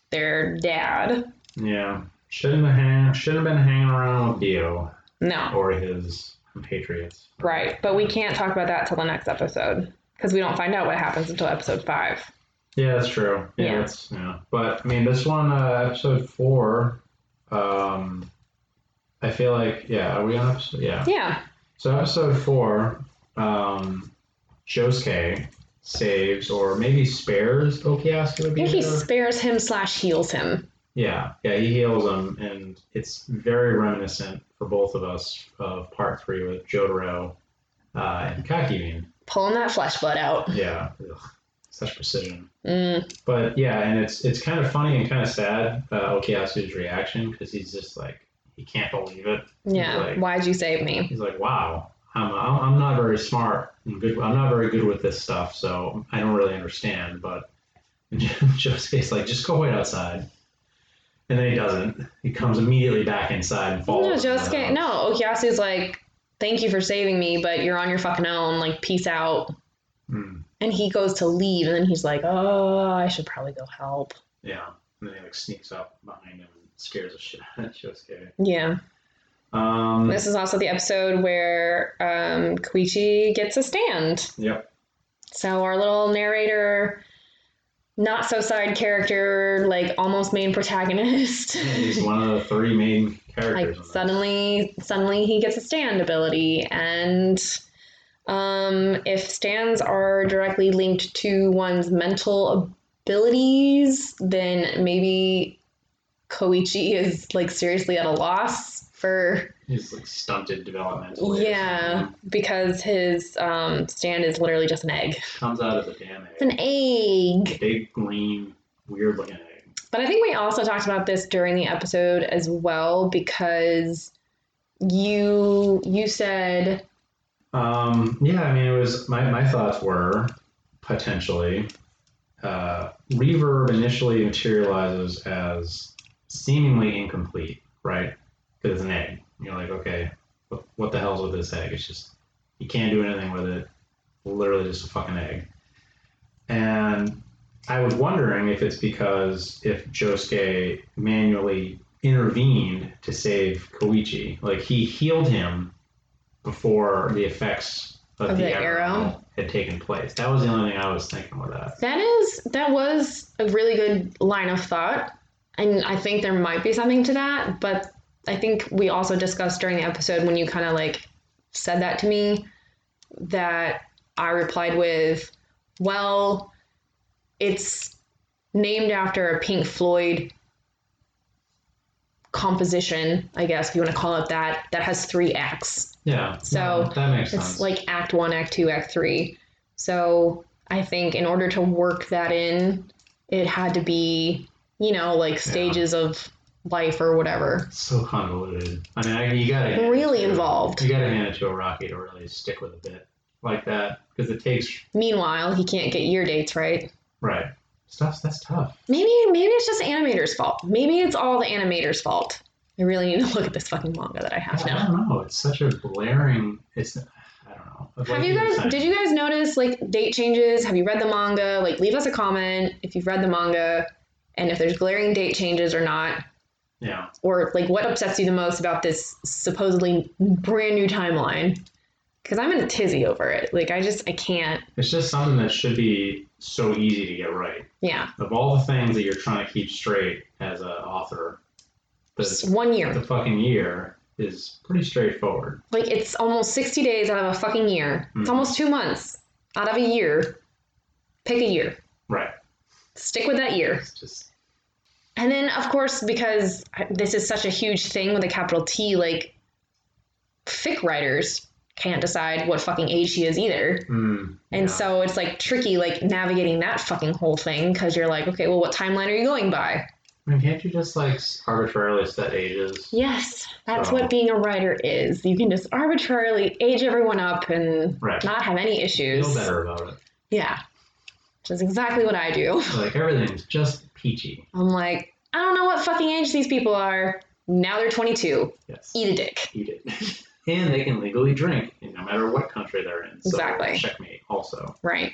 Speaker 1: their dad.
Speaker 2: yeah, shouldn't have hang, shouldn't have been hanging around with Dio
Speaker 1: No.
Speaker 2: or his compatriots.
Speaker 1: Right, but we can't talk about that till the next episode because we don't find out what happens until episode five.
Speaker 2: Yeah, that's true. Yeah,
Speaker 1: Yeah.
Speaker 2: That's, yeah. But I mean, this one, uh, episode four. Um, I feel like yeah, are we on episode? Yeah.
Speaker 1: Yeah,
Speaker 2: So episode four, um, Josuke saves or maybe spares Okiyasu. would
Speaker 1: I
Speaker 2: be
Speaker 1: think he
Speaker 2: better.
Speaker 1: spares him slash heals him.
Speaker 2: Yeah, yeah, he heals him, and it's very reminiscent for both of us of part three with Jotaro uh, and Kakyoin.
Speaker 1: Pulling that flesh blood out.
Speaker 2: Yeah, ugh, such precision.
Speaker 1: Mm,
Speaker 2: But yeah, and it's it's kind of funny and kind of sad uh, Okiyasu's reaction because he's just like he can't believe it.
Speaker 1: yeah,
Speaker 2: Right.
Speaker 1: why'd you save me?
Speaker 2: He's like, wow, I'm, I'm I'm not very smart and good. I'm not very good with this stuff, so I don't really understand. But <laughs> Josuke's like, just go wait outside. And then he doesn't. He comes immediately back inside and falls.
Speaker 1: No,
Speaker 2: in the
Speaker 1: Josuke,
Speaker 2: house.
Speaker 1: no, Okiyasu's like, thank you for saving me, but you're on your fucking own. Like, peace out.
Speaker 2: Mm,
Speaker 1: And he goes to leave, and then he's like, oh, I should probably go help.
Speaker 2: yeah. And then he like sneaks up behind him and scares the shit <laughs> out of Josuke.
Speaker 1: Yeah.
Speaker 2: Um,
Speaker 1: This is also the episode where um, Koichi gets a stand.
Speaker 2: Yep.
Speaker 1: So our little narrator, not so side character, like almost main protagonist.
Speaker 2: He's one of the three main characters.
Speaker 1: like
Speaker 2: in this.
Speaker 1: suddenly suddenly he gets a stand ability and um if stands are directly linked to one's mental abilities, then maybe Koichi is like seriously at a loss for
Speaker 2: He's like stunted developmentally. or
Speaker 1: yeah,
Speaker 2: something.
Speaker 1: because his um, stand is literally just an egg.
Speaker 2: Comes out as a damn egg.
Speaker 1: It's an egg.
Speaker 2: Big, green, weird looking egg.
Speaker 1: But I think we also talked about this during the episode as well because you you said
Speaker 2: Um, yeah, I mean, it was my, my thoughts were potentially uh, reverb initially materializes as seemingly incomplete, right? Because it's an egg. You're like, okay, what, what the hell's with this egg? It's just, you can't do anything with it. Literally just a fucking egg. And I was wondering if it's because if Josuke manually intervened to save Koichi, like he healed him before the effects of,
Speaker 1: Of
Speaker 2: the,
Speaker 1: the
Speaker 2: arrow,
Speaker 1: arrow?
Speaker 2: had taken place. That was the only thing I was thinking with that.
Speaker 1: that is that was a really good line of thought and I think there might be something to that, but I think we also discussed during the episode when you kind of like said that to me that I replied with, "Well, it's named after a Pink Floyd composition, I guess if you want to call it that, that has three acts.
Speaker 2: Yeah.
Speaker 1: So,
Speaker 2: no, that makes sense.
Speaker 1: It's like Act One, Act Two, Act Three. So I think in order to work that in, it had to be, you know, like stages of life or whatever.
Speaker 2: so convoluted. I mean, I, you gotta hand it
Speaker 1: Really
Speaker 2: to-
Speaker 1: involved.
Speaker 2: You gotta hand it to a Rocky to really stick with a bit like that because it takes
Speaker 1: Meanwhile, he can't get year dates right.
Speaker 2: right. stuff's that's tough.
Speaker 1: Maybe maybe it's just the animator's fault. Maybe it's all the animator's fault. I really need to <laughs> look at this fucking manga that I have
Speaker 2: I
Speaker 1: now.
Speaker 2: don't know. It's such a blaring. It's I don't know. Like
Speaker 1: Have you
Speaker 2: were
Speaker 1: guys
Speaker 2: saying,
Speaker 1: did you guys notice like date changes? Have you read the manga? Like leave us a comment if you've read the manga and if there's glaring date changes or not.
Speaker 2: Yeah,
Speaker 1: Or like what upsets you the most about this supposedly brand new timeline. Cause I'm in a tizzy over it. Like I just I can't.
Speaker 2: it's just something that should be so easy to get right.
Speaker 1: Yeah.
Speaker 2: Of all the things that you're trying to keep straight as an author,
Speaker 1: Just
Speaker 2: the,
Speaker 1: one
Speaker 2: the
Speaker 1: year.
Speaker 2: fucking year is pretty straightforward.
Speaker 1: Like it's almost sixty days out of a fucking year. It's
Speaker 2: Mhm.
Speaker 1: almost two months out of a year. Pick a year.
Speaker 2: Right.
Speaker 1: Stick with that year.
Speaker 2: It's just
Speaker 1: And then, of course, because this is such a huge thing with a capital T, like, fic writers can't decide what fucking age she is either.
Speaker 2: mm,
Speaker 1: And
Speaker 2: yeah.
Speaker 1: so it's like tricky, like, navigating that fucking whole thing because you're like, okay, well, what timeline are you going by?
Speaker 2: I mean, can't you just like arbitrarily set ages?
Speaker 1: Yes, that's
Speaker 2: So-
Speaker 1: what being a writer is. You can just arbitrarily age everyone up and
Speaker 2: Right.
Speaker 1: not have any issues.
Speaker 2: Feel better about it.
Speaker 1: Yeah, which is exactly what I do.
Speaker 2: Like everything's just peachy.
Speaker 1: I'm like, I don't know what fucking age these people are. Now they're 22.
Speaker 2: Yes.
Speaker 1: Eat a dick.
Speaker 2: eat it. <laughs> and they can legally drink in no matter what country they're in. So
Speaker 1: Exactly.
Speaker 2: Checkmate also.
Speaker 1: Right.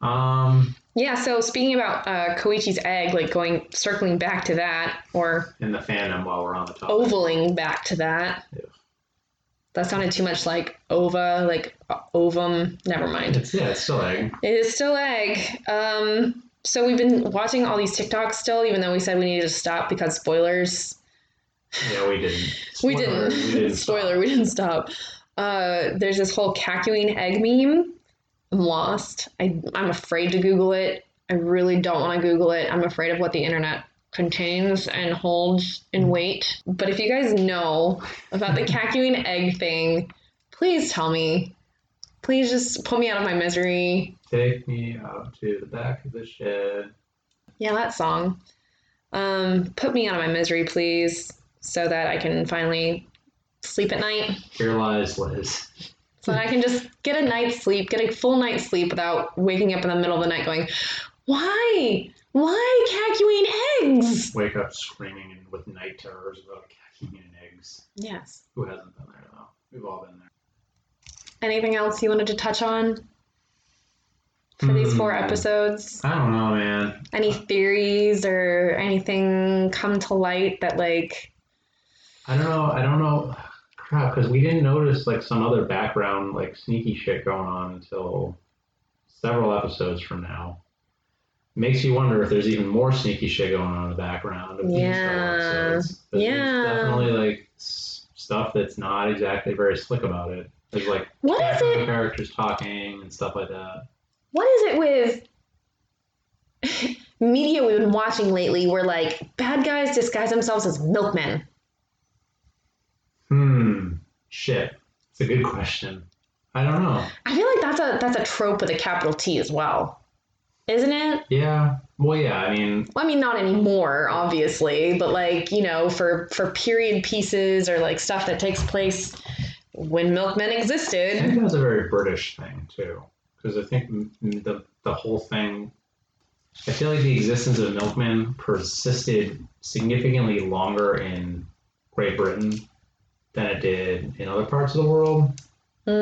Speaker 2: Um,
Speaker 1: Yeah, so speaking about uh, Koichi's egg, like going circling back to that or
Speaker 2: in the fandom while we're on the topic.
Speaker 1: ovaling back to that.
Speaker 2: Yeah.
Speaker 1: That sounded too much like ova, like uh, ovum. Never mind.
Speaker 2: It's, yeah, it's still egg.
Speaker 1: It is still egg. Um, so we've been watching all these TikToks still, even though we said we needed to stop because spoilers.
Speaker 2: Yeah, we didn't.
Speaker 1: We
Speaker 2: Spoiler,
Speaker 1: didn't. <laughs>
Speaker 2: We didn't
Speaker 1: Spoiler,
Speaker 2: stop.
Speaker 1: we didn't stop. Uh, there's this whole cacuine egg meme. I'm lost. I, I'm afraid to Google it. I really don't want to Google it. I'm afraid of what the internet contains and holds
Speaker 2: Mm-hmm.
Speaker 1: in weight. But if you guys know about
Speaker 2: <laughs>
Speaker 1: the cacuine egg thing, please tell me. Please just pull me out of my misery.
Speaker 2: Take me out to the back of the shed.
Speaker 1: Yeah, that song. Um, put me out of my misery, please, so that I can finally sleep at night.
Speaker 2: Here lies Liz.
Speaker 1: so that I can just get a night's sleep, get a full night's sleep without waking up in the middle of the night going, why? Why cacuine eggs?
Speaker 2: Wake up screaming and with night terrors about cacumen and eggs.
Speaker 1: Yes.
Speaker 2: Who hasn't been there though? We've all been there.
Speaker 1: Anything else you wanted to touch on for these four
Speaker 2: Hmm.
Speaker 1: episodes?
Speaker 2: I don't know, man.
Speaker 1: Any theories or anything come to light that like
Speaker 2: I don't know. I don't know. Crap, because we didn't notice like some other background like sneaky shit going on until several episodes from now. Makes you wonder if there's even more sneaky shit going on in the background. Of These
Speaker 1: Yeah.
Speaker 2: several episodes. 'Cause
Speaker 1: Yeah.
Speaker 2: There's definitely like s- stuff that's not exactly very slick about it. There's like
Speaker 1: what is
Speaker 2: background
Speaker 1: it?
Speaker 2: characters talking and stuff like that.
Speaker 1: What is it with <laughs> media we've been watching lately where like bad guys disguise themselves as milkmen?
Speaker 2: Hmm. Shit. It's a good question. I don't know.
Speaker 1: I feel like that's a that's a trope with a capital T as well, isn't it?
Speaker 2: Yeah. Well, yeah. I mean,
Speaker 1: Well, I mean, not anymore, obviously, but like you know, for for period pieces or like stuff that takes place when milkmen
Speaker 2: I
Speaker 1: existed.
Speaker 2: think that's a very British thing too, because I think m- m- the the whole thing. I feel like the existence of milkmen persisted significantly longer in Great Britain than it did in other parts of the world.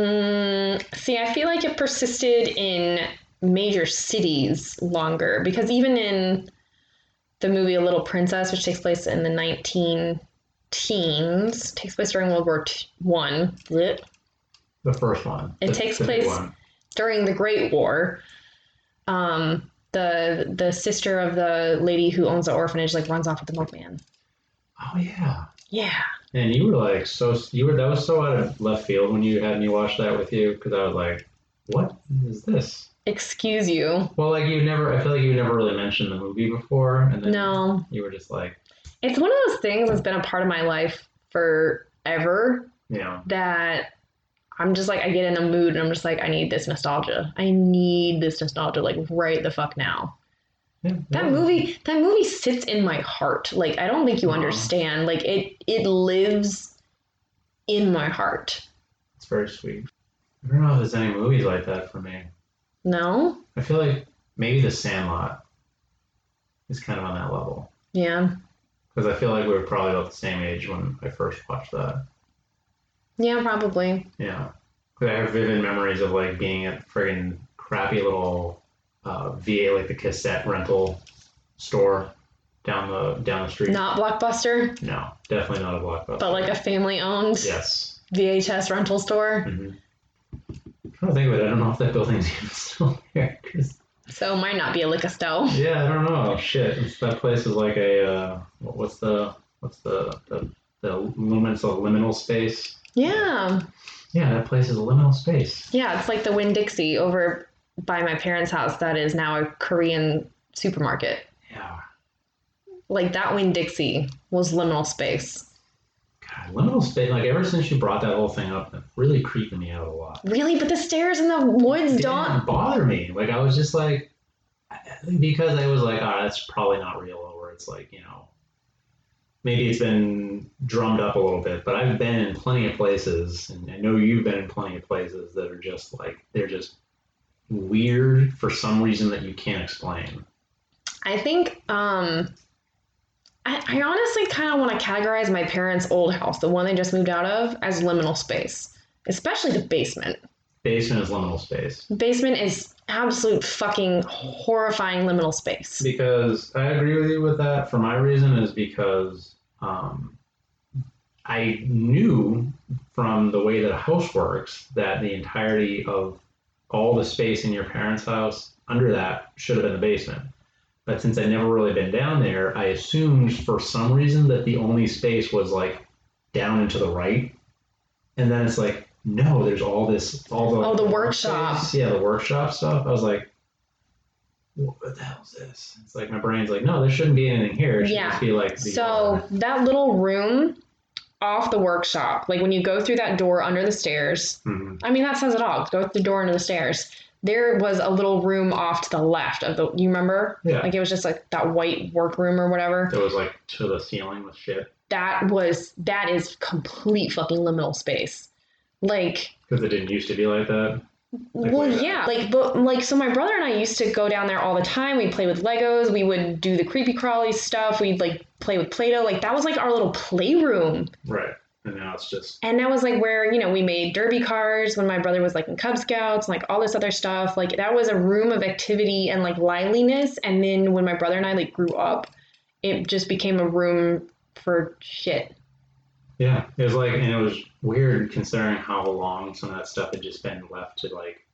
Speaker 1: Mm, see, I feel like it persisted in major cities longer because even in the movie A Little Princess, which takes place in the nineteen teens, takes place during World War T- One. Blech.
Speaker 2: The first one.
Speaker 1: It
Speaker 2: the-
Speaker 1: takes
Speaker 2: the big
Speaker 1: place-
Speaker 2: one.
Speaker 1: during the Great War, um, the the sister of the lady who owns the orphanage like runs off with the milkman.
Speaker 2: Oh yeah,
Speaker 1: Yeah,
Speaker 2: and you were like so you were that was so out of left field when you had me watch that with you because I was like, what is this?
Speaker 1: excuse you.
Speaker 2: Well, like you never. I feel like you never really mentioned the movie before, and then
Speaker 1: No,
Speaker 2: you were just like,
Speaker 1: it's one of those things that's been a part of my life forever
Speaker 2: you know,
Speaker 1: that I'm just like I get in a mood and I'm just like I need this nostalgia. I need this nostalgia like right the fuck now.
Speaker 2: yeah,
Speaker 1: That
Speaker 2: yeah.
Speaker 1: movie, that movie sits in my heart. Like I don't think you
Speaker 2: Aw.
Speaker 1: understand. Like it, it lives in my heart.
Speaker 2: It's very sweet. I don't know if there's any movies like that for me.
Speaker 1: No,
Speaker 2: I feel like maybe The Sandlot is kind of on that level
Speaker 1: Yeah.
Speaker 2: because I feel like we were probably about the same age when I first watched that.
Speaker 1: Yeah, probably.
Speaker 2: Yeah, 'Cause I have vivid memories of like being at friggin' crappy little uh, VA like the cassette rental store down the down the street.
Speaker 1: Not Blockbuster,
Speaker 2: No, definitely not a blockbuster.
Speaker 1: but like a family owned
Speaker 2: yes.
Speaker 1: VHS rental store.
Speaker 2: hmm I'm trying to think of it. I don't know if that building's <laughs> even still there. 'cause
Speaker 1: So might not be a lick of stow.
Speaker 2: Yeah, I don't know. Oh, Shit, it's- that place is like a uh, what- what's the what's the the, the luminous a liminal space?
Speaker 1: Yeah.
Speaker 2: Yeah, that place is a liminal space.
Speaker 1: Yeah, it's like the Winn Dixie over by my parents' house that is now a Korean supermarket.
Speaker 2: Yeah,
Speaker 1: Like that Winn Dixie was liminal space.
Speaker 2: God, liminal space. Like ever since you brought that whole thing up, it really creeped me out a lot.
Speaker 1: Really? But the stairs in the woods
Speaker 2: It
Speaker 1: don't.
Speaker 2: didn't bother me. Like I was just like I- I- because I was like, oh, that's probably not real. Or it's like you know, maybe it's been drummed up a little bit. But I've been in plenty of places, and I know you've been in plenty of places that are just like they're just weird for some reason that you can't explain.
Speaker 1: I think um I, I honestly kind of want to categorize my parents' old house, the one they just moved out of, as liminal space, especially the basement.
Speaker 2: Basement is liminal space
Speaker 1: Basement is absolute fucking horrifying liminal space.
Speaker 2: because I agree with you with that. For my reason is because um, I knew from the way that a house works that the entirety of all the space in your parents' house under that should have been the basement. But since I'd never really been down there, I assumed for some reason that the only space was like down and to the right. And then it's like, no, there's all this, all the
Speaker 1: Oh, the
Speaker 2: work
Speaker 1: workshop.
Speaker 2: space. Yeah, the workshop stuff. I was like, what the hell's this? It's like my brain's like, no, there shouldn't be anything here. It should
Speaker 1: Yeah.
Speaker 2: just be like the
Speaker 1: So that little room off the workshop, like when you go through that door under the stairs,
Speaker 2: Mhm.
Speaker 1: I mean that says it all. Go through the door under the stairs. There was a little room off to the left of the. You remember?
Speaker 2: Yeah.
Speaker 1: Like it was just like that white workroom or whatever.
Speaker 2: It was like to the ceiling with shit
Speaker 1: That was that is complete fucking liminal space. Like
Speaker 2: because it didn't used to be like that. Like,
Speaker 1: well,
Speaker 2: way back.
Speaker 1: yeah, like but like so my brother and I used to go down there all the time. We'd play with Legos, we would do the creepy crawly stuff, we'd like play with Play-Doh. Like that was like our little playroom.
Speaker 2: Right. And now it's just
Speaker 1: And that was like where, you know, we made derby cars when my brother was like in Cub Scouts and like all this other stuff. Like that was a room of activity and like liveliness. And then when my brother and I like grew up, it just became a room for shit.
Speaker 2: yeah. It was like and it was weird considering how long some of that stuff had just been left to like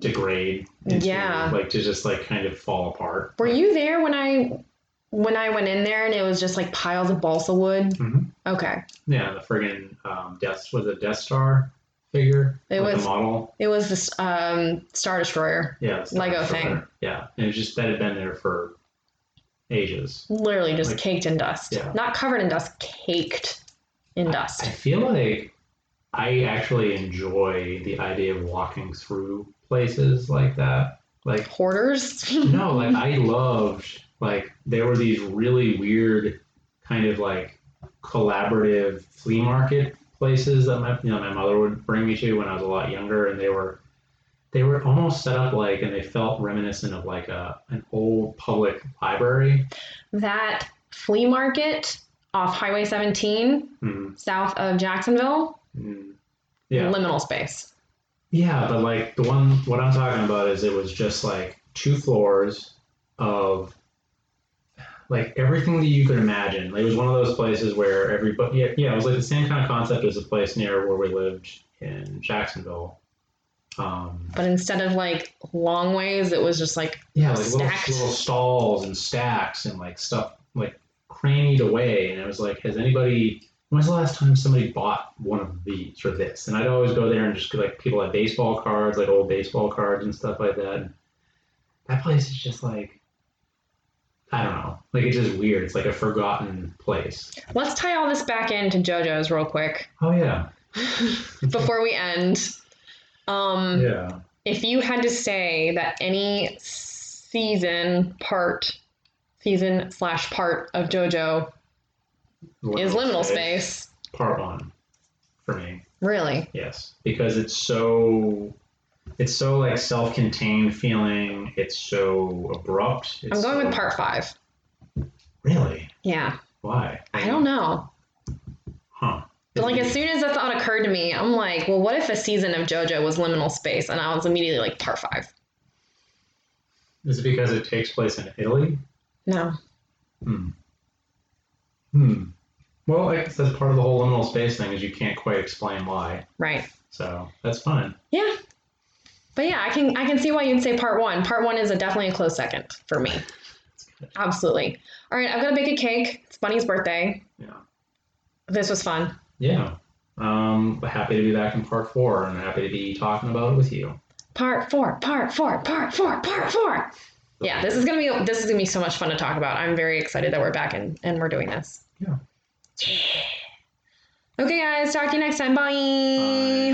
Speaker 2: degrade. into,
Speaker 1: Yeah.
Speaker 2: Like to just like kind of fall apart.
Speaker 1: Were you there when I when I went in there and it was just like piles of balsa wood?
Speaker 2: Mhm.
Speaker 1: Okay.
Speaker 2: Yeah, the friggin' um, Death was a Death Star figure.
Speaker 1: It
Speaker 2: like
Speaker 1: was-
Speaker 2: a model.
Speaker 1: It was this um Star Destroyer.
Speaker 2: Yeah. the Star
Speaker 1: Lego
Speaker 2: Destroyer.
Speaker 1: thing.
Speaker 2: Yeah. And it was just that had been there for ages.
Speaker 1: Literally just
Speaker 2: Like-
Speaker 1: caked in dust.
Speaker 2: Yeah. Ah,
Speaker 1: Not covered in dust, caked in dust.
Speaker 2: I feel like I actually enjoy the idea of walking through places like that. Like
Speaker 1: Hoarders?
Speaker 2: no, like I loved like there were these really weird kind of like collaborative flea market places that my you know my mother would bring me to when I was a lot younger, and they were they were almost set up like and they felt reminiscent of like a an old public library.
Speaker 1: <laughs> that flea market off Highway 17
Speaker 2: Mhm.
Speaker 1: south of Jacksonville,
Speaker 2: Mhm. Yeah.
Speaker 1: liminal space.
Speaker 2: Yeah, but like the one, what I'm talking about is it was just like two floors of like everything that you could imagine. It was one of those places where everybody, yeah, yeah, it was like the same kind of concept as the place near where we lived in Jacksonville. Um,
Speaker 1: But instead of like long ways, it was just like,
Speaker 2: yeah, like little,
Speaker 1: Stacked.
Speaker 2: little stalls and stacks and like stuff like crannied away. And it was like, has anybody, when's the last time somebody bought one of these or this? And I'd always go there and just like people had baseball cards, like old baseball cards and stuff like that. And that place is just like, I don't know. Like it's just weird. It's like a forgotten place.
Speaker 1: let's tie all this back into JoJo's real
Speaker 2: <laughs>
Speaker 1: quick
Speaker 2: Oh, yeah.
Speaker 1: before we end. Um,
Speaker 2: Yeah.
Speaker 1: If you had to say that any season part, season slash part of JoJo is liminal space,
Speaker 2: Part one for me.
Speaker 1: really?
Speaker 2: Yes, because it's so It's so like self-contained feeling. It's so abrupt. It's
Speaker 1: I'm going
Speaker 2: so-
Speaker 1: with part five.
Speaker 2: Really?
Speaker 1: Yeah.
Speaker 2: Why?
Speaker 1: I don't know.
Speaker 2: Huh?
Speaker 1: But like as soon as the thought occurred to me, I'm like, well, what if a season of JoJo was liminal space? And I was immediately like, part five.
Speaker 2: Is it because it takes place in Italy?
Speaker 1: No.
Speaker 2: Hmm. Hmm. Well, I guess that's part of the whole liminal space thing is you can't quite explain why.
Speaker 1: Right.
Speaker 2: So that's fine.
Speaker 1: Yeah. But yeah, I can I can see why you'd say part one. Part one is a definitely a close second for me. Absolutely. All right, I've got to bake a cake. It's Bunny's birthday.
Speaker 2: Yeah.
Speaker 1: This was fun.
Speaker 2: Yeah. Um, happy to be back in part four and happy to be talking about it with you.
Speaker 1: Part four, part four, part four, part four. Yeah, this is gonna be this is gonna be so much fun to talk about. I'm very excited that we're back and, and we're doing this.
Speaker 2: Yeah.
Speaker 1: Okay guys, talk to you next time. Bye.
Speaker 2: Bye.